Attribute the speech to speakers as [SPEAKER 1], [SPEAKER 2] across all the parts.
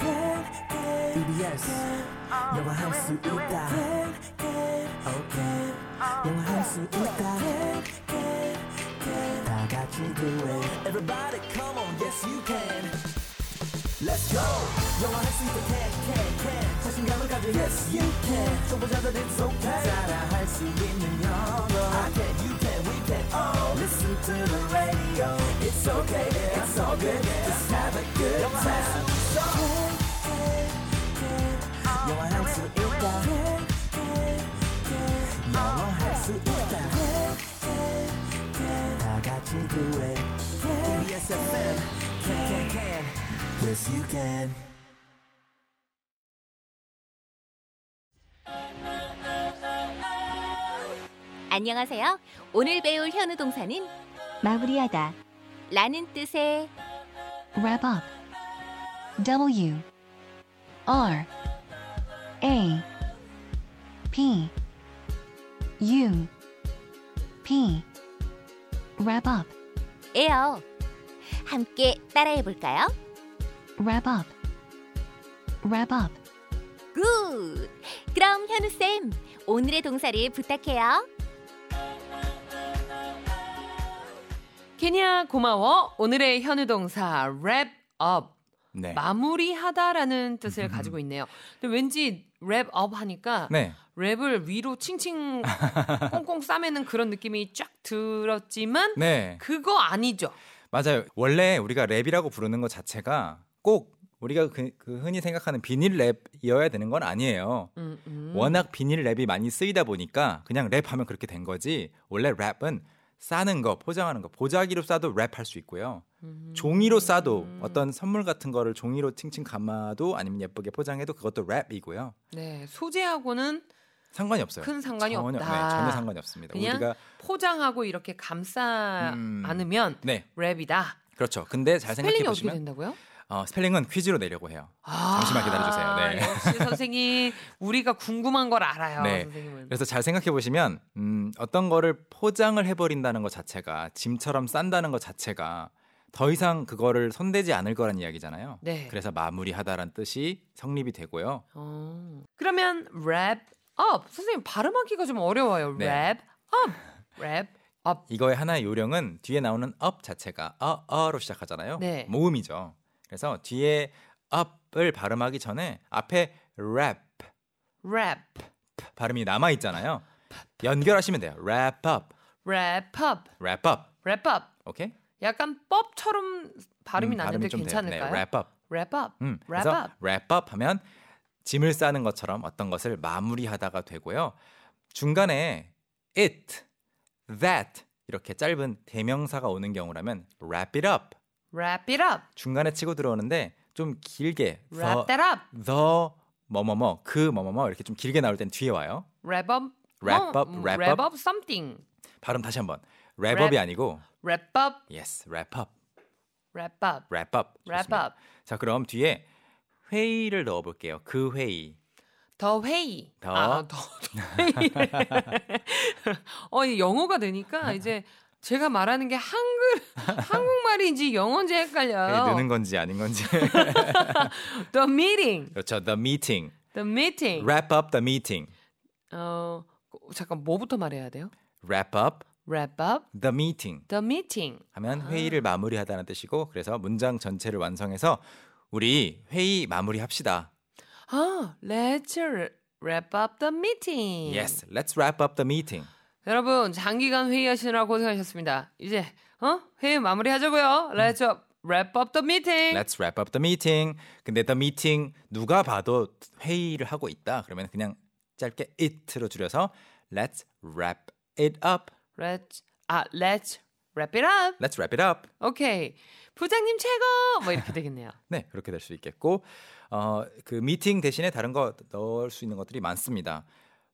[SPEAKER 1] E yes 영화할 수 있다 E okay 영화할 수 있다 다 같이 do it everybody come on yes you can Let's go 영화할 수 있다 can E can can 자신감을 가져 yes you can 초보자들 it's okay 따라할 수 있는 영어 I can you can we can all listen to the radio it's okay yeah, it's all good just have a good time 영화할 수 있다 영화할 수 있다 다 같이 do it KBS FM can can can yes you can
[SPEAKER 2] 안녕하세요. 오늘 배울 현우 동사는
[SPEAKER 3] 마무리하다.
[SPEAKER 2] 라는 뜻의
[SPEAKER 3] wrap up. W R A P U P wrap up.
[SPEAKER 2] 에요. 함께 따라해 볼까요?
[SPEAKER 3] wrap up. wrap up.
[SPEAKER 2] 굿! 그럼 현우쌤, 오늘의 동사를 부탁해요.
[SPEAKER 4] 케냐 고마워. 오늘의 현우 동사 wrap up
[SPEAKER 5] 네. 음.
[SPEAKER 4] 마무리하다라는 뜻을 가지고 있네요. 근데 왠지 wrap up 하니까
[SPEAKER 5] 네.
[SPEAKER 4] 랩을 위로 칭칭 꽁꽁 싸매는 그런 느낌이 쫙 들었지만
[SPEAKER 5] 네.
[SPEAKER 4] 그거 아니죠.
[SPEAKER 5] 맞아요. 원래 우리가 랩이라고 부르는 것 자체가 꼭 우리가 그, 그 흔히 생각하는 비닐 랩이어야 되는 건 아니에요.
[SPEAKER 4] 음, 음.
[SPEAKER 5] 워낙 비닐 랩이 많이 쓰이다 보니까 그냥 랩하면 그렇게 된 거지. 원래 랩은 싸는 거, 포장하는 거, 보자기로 싸도 랩할 수 있고요.
[SPEAKER 4] 음.
[SPEAKER 5] 종이로 싸도 어떤 선물 같은 거를 종이로 칭칭 감아도 아니면 예쁘게 포장해도 그것도 랩이고요.
[SPEAKER 4] 네, 소재하고는
[SPEAKER 5] 상관이 없어요.
[SPEAKER 4] 큰 상관이
[SPEAKER 5] 전혀, 네,
[SPEAKER 4] 없다.
[SPEAKER 5] 전혀 상관이 없습니다.
[SPEAKER 4] 그냥
[SPEAKER 5] 우리가
[SPEAKER 4] 포장하고 이렇게 감싸
[SPEAKER 5] 음.
[SPEAKER 4] 안으면
[SPEAKER 5] 네,
[SPEAKER 4] 랩이다.
[SPEAKER 5] 그렇죠. 근데 잘 생각해
[SPEAKER 4] 스펠링이 어떻게
[SPEAKER 5] 보시면
[SPEAKER 4] 된다고요?
[SPEAKER 5] 어, 스펠링은 퀴즈로 내려고 해요.
[SPEAKER 4] 아,
[SPEAKER 5] 잠시만 기다려주세요. 네.
[SPEAKER 4] 역시 선생님 우리가 궁금한 걸 알아요.
[SPEAKER 5] 네.
[SPEAKER 4] 선생님은.
[SPEAKER 5] 그래서 잘 생각해 보시면 음, 어떤 거를 포장을 해버린다는 것 자체가 짐처럼 싼다는 것 자체가 더 이상 그거를 손대지 않을 거란 이야기잖아요.
[SPEAKER 4] 네.
[SPEAKER 5] 그래서 마무리하다란 뜻이 성립이 되고요.
[SPEAKER 4] 어. 그러면 랩 업. 선생님 발음하기가 좀 어려워요.
[SPEAKER 5] 네.
[SPEAKER 4] 랩 업. 랩 업.
[SPEAKER 5] 이거의 하나의 요령은 뒤에 나오는 up 자체가 어 어로 시작하잖아요.
[SPEAKER 4] 네.
[SPEAKER 5] 모음이죠. 그래서 뒤에 up을 발음하기 전에 앞에 wrap
[SPEAKER 4] 랩.
[SPEAKER 5] 발음이 남아 있잖아요. 연결하시면 돼요. wrap up,
[SPEAKER 4] 랩 업.
[SPEAKER 5] wrap up.
[SPEAKER 4] 랩 업.
[SPEAKER 5] 오케이?
[SPEAKER 4] 약간 법처럼 발음이
[SPEAKER 5] 음,
[SPEAKER 4] 나는데
[SPEAKER 5] 좀 돼요.
[SPEAKER 4] 괜찮을까요?
[SPEAKER 5] 네, wrap up.
[SPEAKER 4] 랩 업.
[SPEAKER 5] 음,
[SPEAKER 4] 랩
[SPEAKER 5] 그래서
[SPEAKER 4] 업.
[SPEAKER 5] 랩업 하면 짐을 싸는 것처럼 어떤 것을 마무리하다가 되고요. 중간에 it, that 이렇게 짧은 대명사가 오는 경우라면 wrap it up
[SPEAKER 4] 랩 it up.
[SPEAKER 5] 중간에 치고 들어오는데 좀 길게
[SPEAKER 4] 랩 that up.
[SPEAKER 5] the, the 뭐뭐뭐 그 뭐뭐뭐 이렇게 좀 길게 나올 땐 뒤에 와요.
[SPEAKER 4] 랩 업.
[SPEAKER 5] Wrap up,
[SPEAKER 4] 음,
[SPEAKER 5] wrap
[SPEAKER 4] wrap
[SPEAKER 5] up.
[SPEAKER 4] up something.
[SPEAKER 5] 발음 다시 한번 랩업이
[SPEAKER 4] Wrap.
[SPEAKER 5] 아니고
[SPEAKER 4] 랩 업.
[SPEAKER 5] yes wrap up,
[SPEAKER 4] 랩 업.
[SPEAKER 5] wrap up,
[SPEAKER 4] Wrap
[SPEAKER 5] 좋습니다.
[SPEAKER 4] up.
[SPEAKER 5] 자 그럼 뒤에 회의를 넣어볼게요. 그 회의
[SPEAKER 4] 더 회의.
[SPEAKER 5] 더?
[SPEAKER 4] 아, 더, 더 회의래. 어, 이 영어가 되니까 이제 제가 말하는 게 한글, 한국말인지 영어인지
[SPEAKER 5] 회의
[SPEAKER 4] 헷갈려요.
[SPEAKER 5] 네, 느는 건지 아닌 건지
[SPEAKER 4] The meeting.
[SPEAKER 5] 그렇죠. The meeting.
[SPEAKER 4] The meeting.
[SPEAKER 5] Wrap up the meeting.
[SPEAKER 4] 어, 잠깐 뭐부터 말해야 돼요?
[SPEAKER 5] Wrap up
[SPEAKER 4] Wrap up
[SPEAKER 5] the meeting.
[SPEAKER 4] the meeting.
[SPEAKER 5] 하면 회의를 마무리하다는 뜻이고 그래서 문장 전체를 완성해서 우리 회의 마무리합시다.
[SPEAKER 4] 아, let's wrap up the meeting.
[SPEAKER 5] Yes, let's wrap up the meeting.
[SPEAKER 4] 여러분, 장기간 회의하시느라 고생하셨습니다. 이제 어? 회의 마무리하자고요. Let's wrap up the meeting.
[SPEAKER 5] 음. Let's wrap up the meeting. 근데 the meeting 누가 봐도 회의를 하고 있다. 그러면 그냥 짧게 it로 줄여서 let's wrap it up.
[SPEAKER 4] Let's 아, let's wrap it up.
[SPEAKER 5] Let's wrap it up.
[SPEAKER 4] 오케이. 부장님 최고! 뭐 이렇게 되겠네요.
[SPEAKER 5] 네, 그렇게 될 수 있겠고, 어, 그 미팅 대신에 다른 거 넣을 수 있는 것들이 많습니다.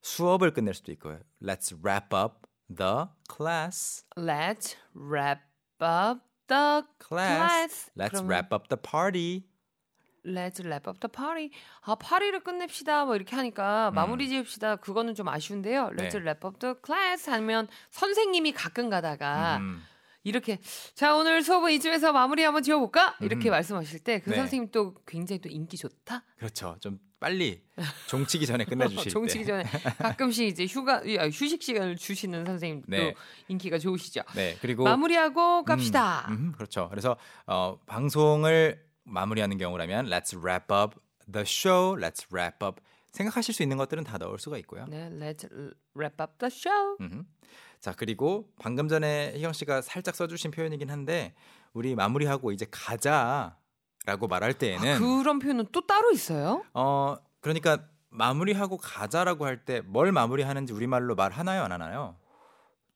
[SPEAKER 5] 수업을 끝낼 수도 있고요. Let's wrap up the class.
[SPEAKER 4] Let's wrap up the
[SPEAKER 5] Class.
[SPEAKER 4] class.
[SPEAKER 5] Let's
[SPEAKER 4] 그럼
[SPEAKER 5] wrap up the party.
[SPEAKER 4] Let's wrap up the party. 아, 파리를 끝냅시다. 뭐 이렇게 하니까 마무리 지읍시다. 그거는 좀 아쉬운데요. Let's
[SPEAKER 5] 음. 네.
[SPEAKER 4] wrap up the class 하면 선생님이 가끔 가다가
[SPEAKER 5] 음,
[SPEAKER 4] 이렇게 자 오늘 수업은 이쯤에서 마무리 한번 지어볼까 이렇게
[SPEAKER 5] 음.
[SPEAKER 4] 말씀하실 때 그
[SPEAKER 5] 네.
[SPEAKER 4] 선생님 또 굉장히 또 인기 좋다
[SPEAKER 5] 그렇죠. 좀 빨리 종치기 전에 끝내주실
[SPEAKER 4] 정치기
[SPEAKER 5] 때.
[SPEAKER 4] 전에 가끔씩 이제 휴가 야, 휴식 시간을 주시는 선생님도
[SPEAKER 5] 네.
[SPEAKER 4] 인기가 좋으시죠
[SPEAKER 5] 네 그리고
[SPEAKER 4] 마무리하고 갑시다
[SPEAKER 5] 음, 음, 그렇죠. 그래서 어, 방송을 마무리하는 경우라면 Let's wrap up the show. Let's wrap up. 생각하실 수 있는 것들은 다 넣을 수가 있고요.
[SPEAKER 4] 네 let's wrap up the show
[SPEAKER 5] 음. 자 그리고 방금 전에 희경 씨가 살짝 써주신 표현이긴 한데 우리 마무리하고 이제 가자라고 말할 때에는
[SPEAKER 4] 아, 그런 표현은 또 따로 있어요
[SPEAKER 5] 어 그러니까 마무리하고 가자라고 할 때 뭘 마무리하는지 우리말로 말 하나요 안 하나요?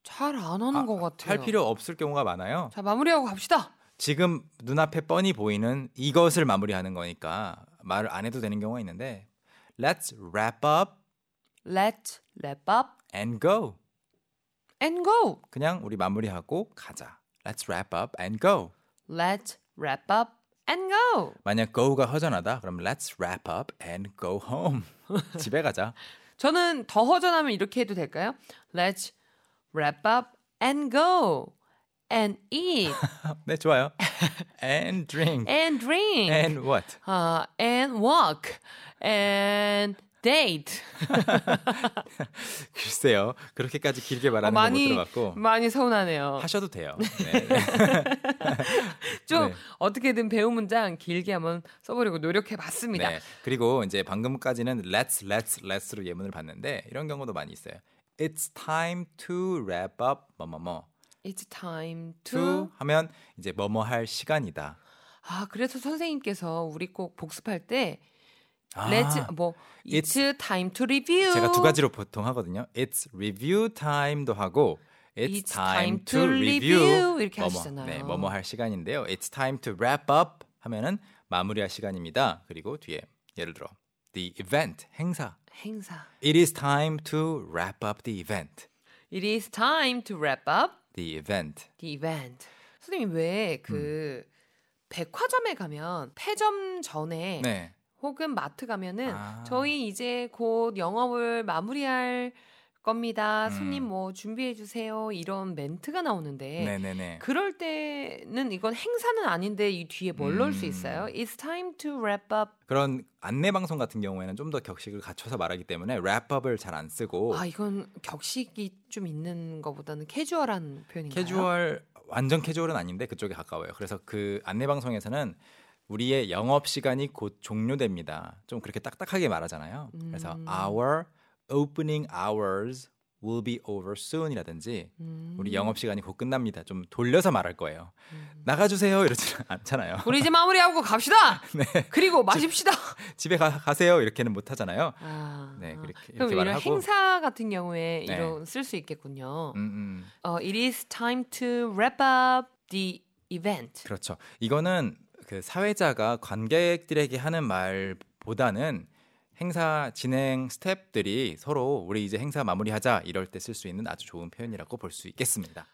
[SPEAKER 4] 잘 안 하는
[SPEAKER 5] 아,
[SPEAKER 4] 것 같아요
[SPEAKER 5] 할 필요 없을 경우가 많아요.
[SPEAKER 4] 자 마무리하고 갑시다
[SPEAKER 5] 지금 눈앞에 뻔히 보이는 이것을 마무리하는 거니까 말을 안 해도 되는 경우가 있는데 Let's wrap up
[SPEAKER 4] let's wrap up
[SPEAKER 5] and go.
[SPEAKER 4] and go
[SPEAKER 5] 그냥 우리 마무리하고 가자. Let's wrap up and go.
[SPEAKER 4] let's wrap up and go
[SPEAKER 5] 만약 go가 허전하다 그럼 let's wrap up and go home. 집에 가자.
[SPEAKER 4] 저는 더 허전하면 이렇게 해도 될까요? Let's wrap up and go and eat
[SPEAKER 5] 네, 좋아요. and drink
[SPEAKER 4] and drink
[SPEAKER 5] and what?
[SPEAKER 4] 아, and walk and date
[SPEAKER 5] 글쎄요. 그렇게까지 길게 말하는 거 못
[SPEAKER 4] 많이 음.
[SPEAKER 5] 들어봤고
[SPEAKER 4] 많이 서운하네요.
[SPEAKER 5] 하셔도 돼요. 네.
[SPEAKER 4] 좀
[SPEAKER 5] 네.
[SPEAKER 4] 어떻게든 배운 문장 길게 한번 써보려고 노력해봤습니다.
[SPEAKER 5] 네. 그리고 이제 방금까지는 let's let's let's로 예문을 봤는데 이런 경우도 많이 있어요. It's time to wrap up 뭐뭐뭐
[SPEAKER 4] It's time
[SPEAKER 5] to
[SPEAKER 4] to
[SPEAKER 5] 하면 이제 뭐뭐 할 시간이다.
[SPEAKER 4] 아 그래서 선생님께서 우리 꼭 복습할 때
[SPEAKER 5] 아,
[SPEAKER 4] Let's 뭐 It's, time to review
[SPEAKER 5] 제가 두 가지로 보통 하거든요. It's review time도 하고 It's, time, to review,
[SPEAKER 4] 이렇게
[SPEAKER 5] 뭐뭐.
[SPEAKER 4] 하시잖아요.
[SPEAKER 5] 네, 뭐뭐 할 시간인데요. It's time to wrap up 하면은 마무리할 시간입니다. 그리고 뒤에 예를 들어 the event 행사
[SPEAKER 4] 행사
[SPEAKER 5] It is time to wrap up the event.
[SPEAKER 4] It is time to wrap up
[SPEAKER 5] The event.
[SPEAKER 4] the event. 선생님 왜 그
[SPEAKER 5] 음.
[SPEAKER 4] 백화점에 가면 폐점 전에
[SPEAKER 5] 네.
[SPEAKER 4] 혹은 마트 가면은
[SPEAKER 5] 아.
[SPEAKER 4] 저희 이제 곧 영업을 마무리할 겁니다. 손님 뭐 준비해 주세요. 이런 멘트가 나오는데
[SPEAKER 5] 음. 네네네.
[SPEAKER 4] 그럴 때는 이건 행사는 아닌데 이 뒤에 뭘 넣을
[SPEAKER 5] 음.
[SPEAKER 4] 수 있어요? It's time to wrap up.
[SPEAKER 5] 그런 안내 방송 같은 경우에는 좀 더 격식을 갖춰서 말하기 때문에 랩업을 잘 안 쓰고
[SPEAKER 4] 아 이건 격식이 좀 있는 것보다는 캐주얼한 표현인가요?
[SPEAKER 5] 캐주얼 완전 캐주얼은 아닌데 그쪽에 가까워요. 그래서 그 안내 방송에서는 우리의 영업 시간이 곧 종료됩니다. 좀 그렇게 딱딱하게 말하잖아요. 그래서
[SPEAKER 4] 음.
[SPEAKER 5] our opening hours will be over soon이라든지
[SPEAKER 4] 음.
[SPEAKER 5] 우리 영업 시간이 곧 끝납니다. 좀 돌려서 말할 거예요. 나가주세요 이러지는 않잖아요.
[SPEAKER 4] 우리 이제 마무리하고 갑시다.
[SPEAKER 5] 네.
[SPEAKER 4] 그리고 마십시다.
[SPEAKER 5] 집에 가, 세요 이렇게는 못 하잖아요.
[SPEAKER 4] 아,
[SPEAKER 5] 네, 그렇게
[SPEAKER 4] 그럼
[SPEAKER 5] 이렇게
[SPEAKER 4] 이런
[SPEAKER 5] 말하고.
[SPEAKER 4] 행사 같은 경우에
[SPEAKER 5] 네.
[SPEAKER 4] 이런 쓸 수 있겠군요.
[SPEAKER 5] 음, 음.
[SPEAKER 4] 어, it is time to wrap up the event.
[SPEAKER 5] 그렇죠. 이거는 그 사회자가 관객들에게 하는 말보다는 행사 진행 스탭들이 서로 우리 이제 행사 마무리하자 이럴 때 쓸 수 있는 아주 좋은 표현이라고 볼 수 있겠습니다.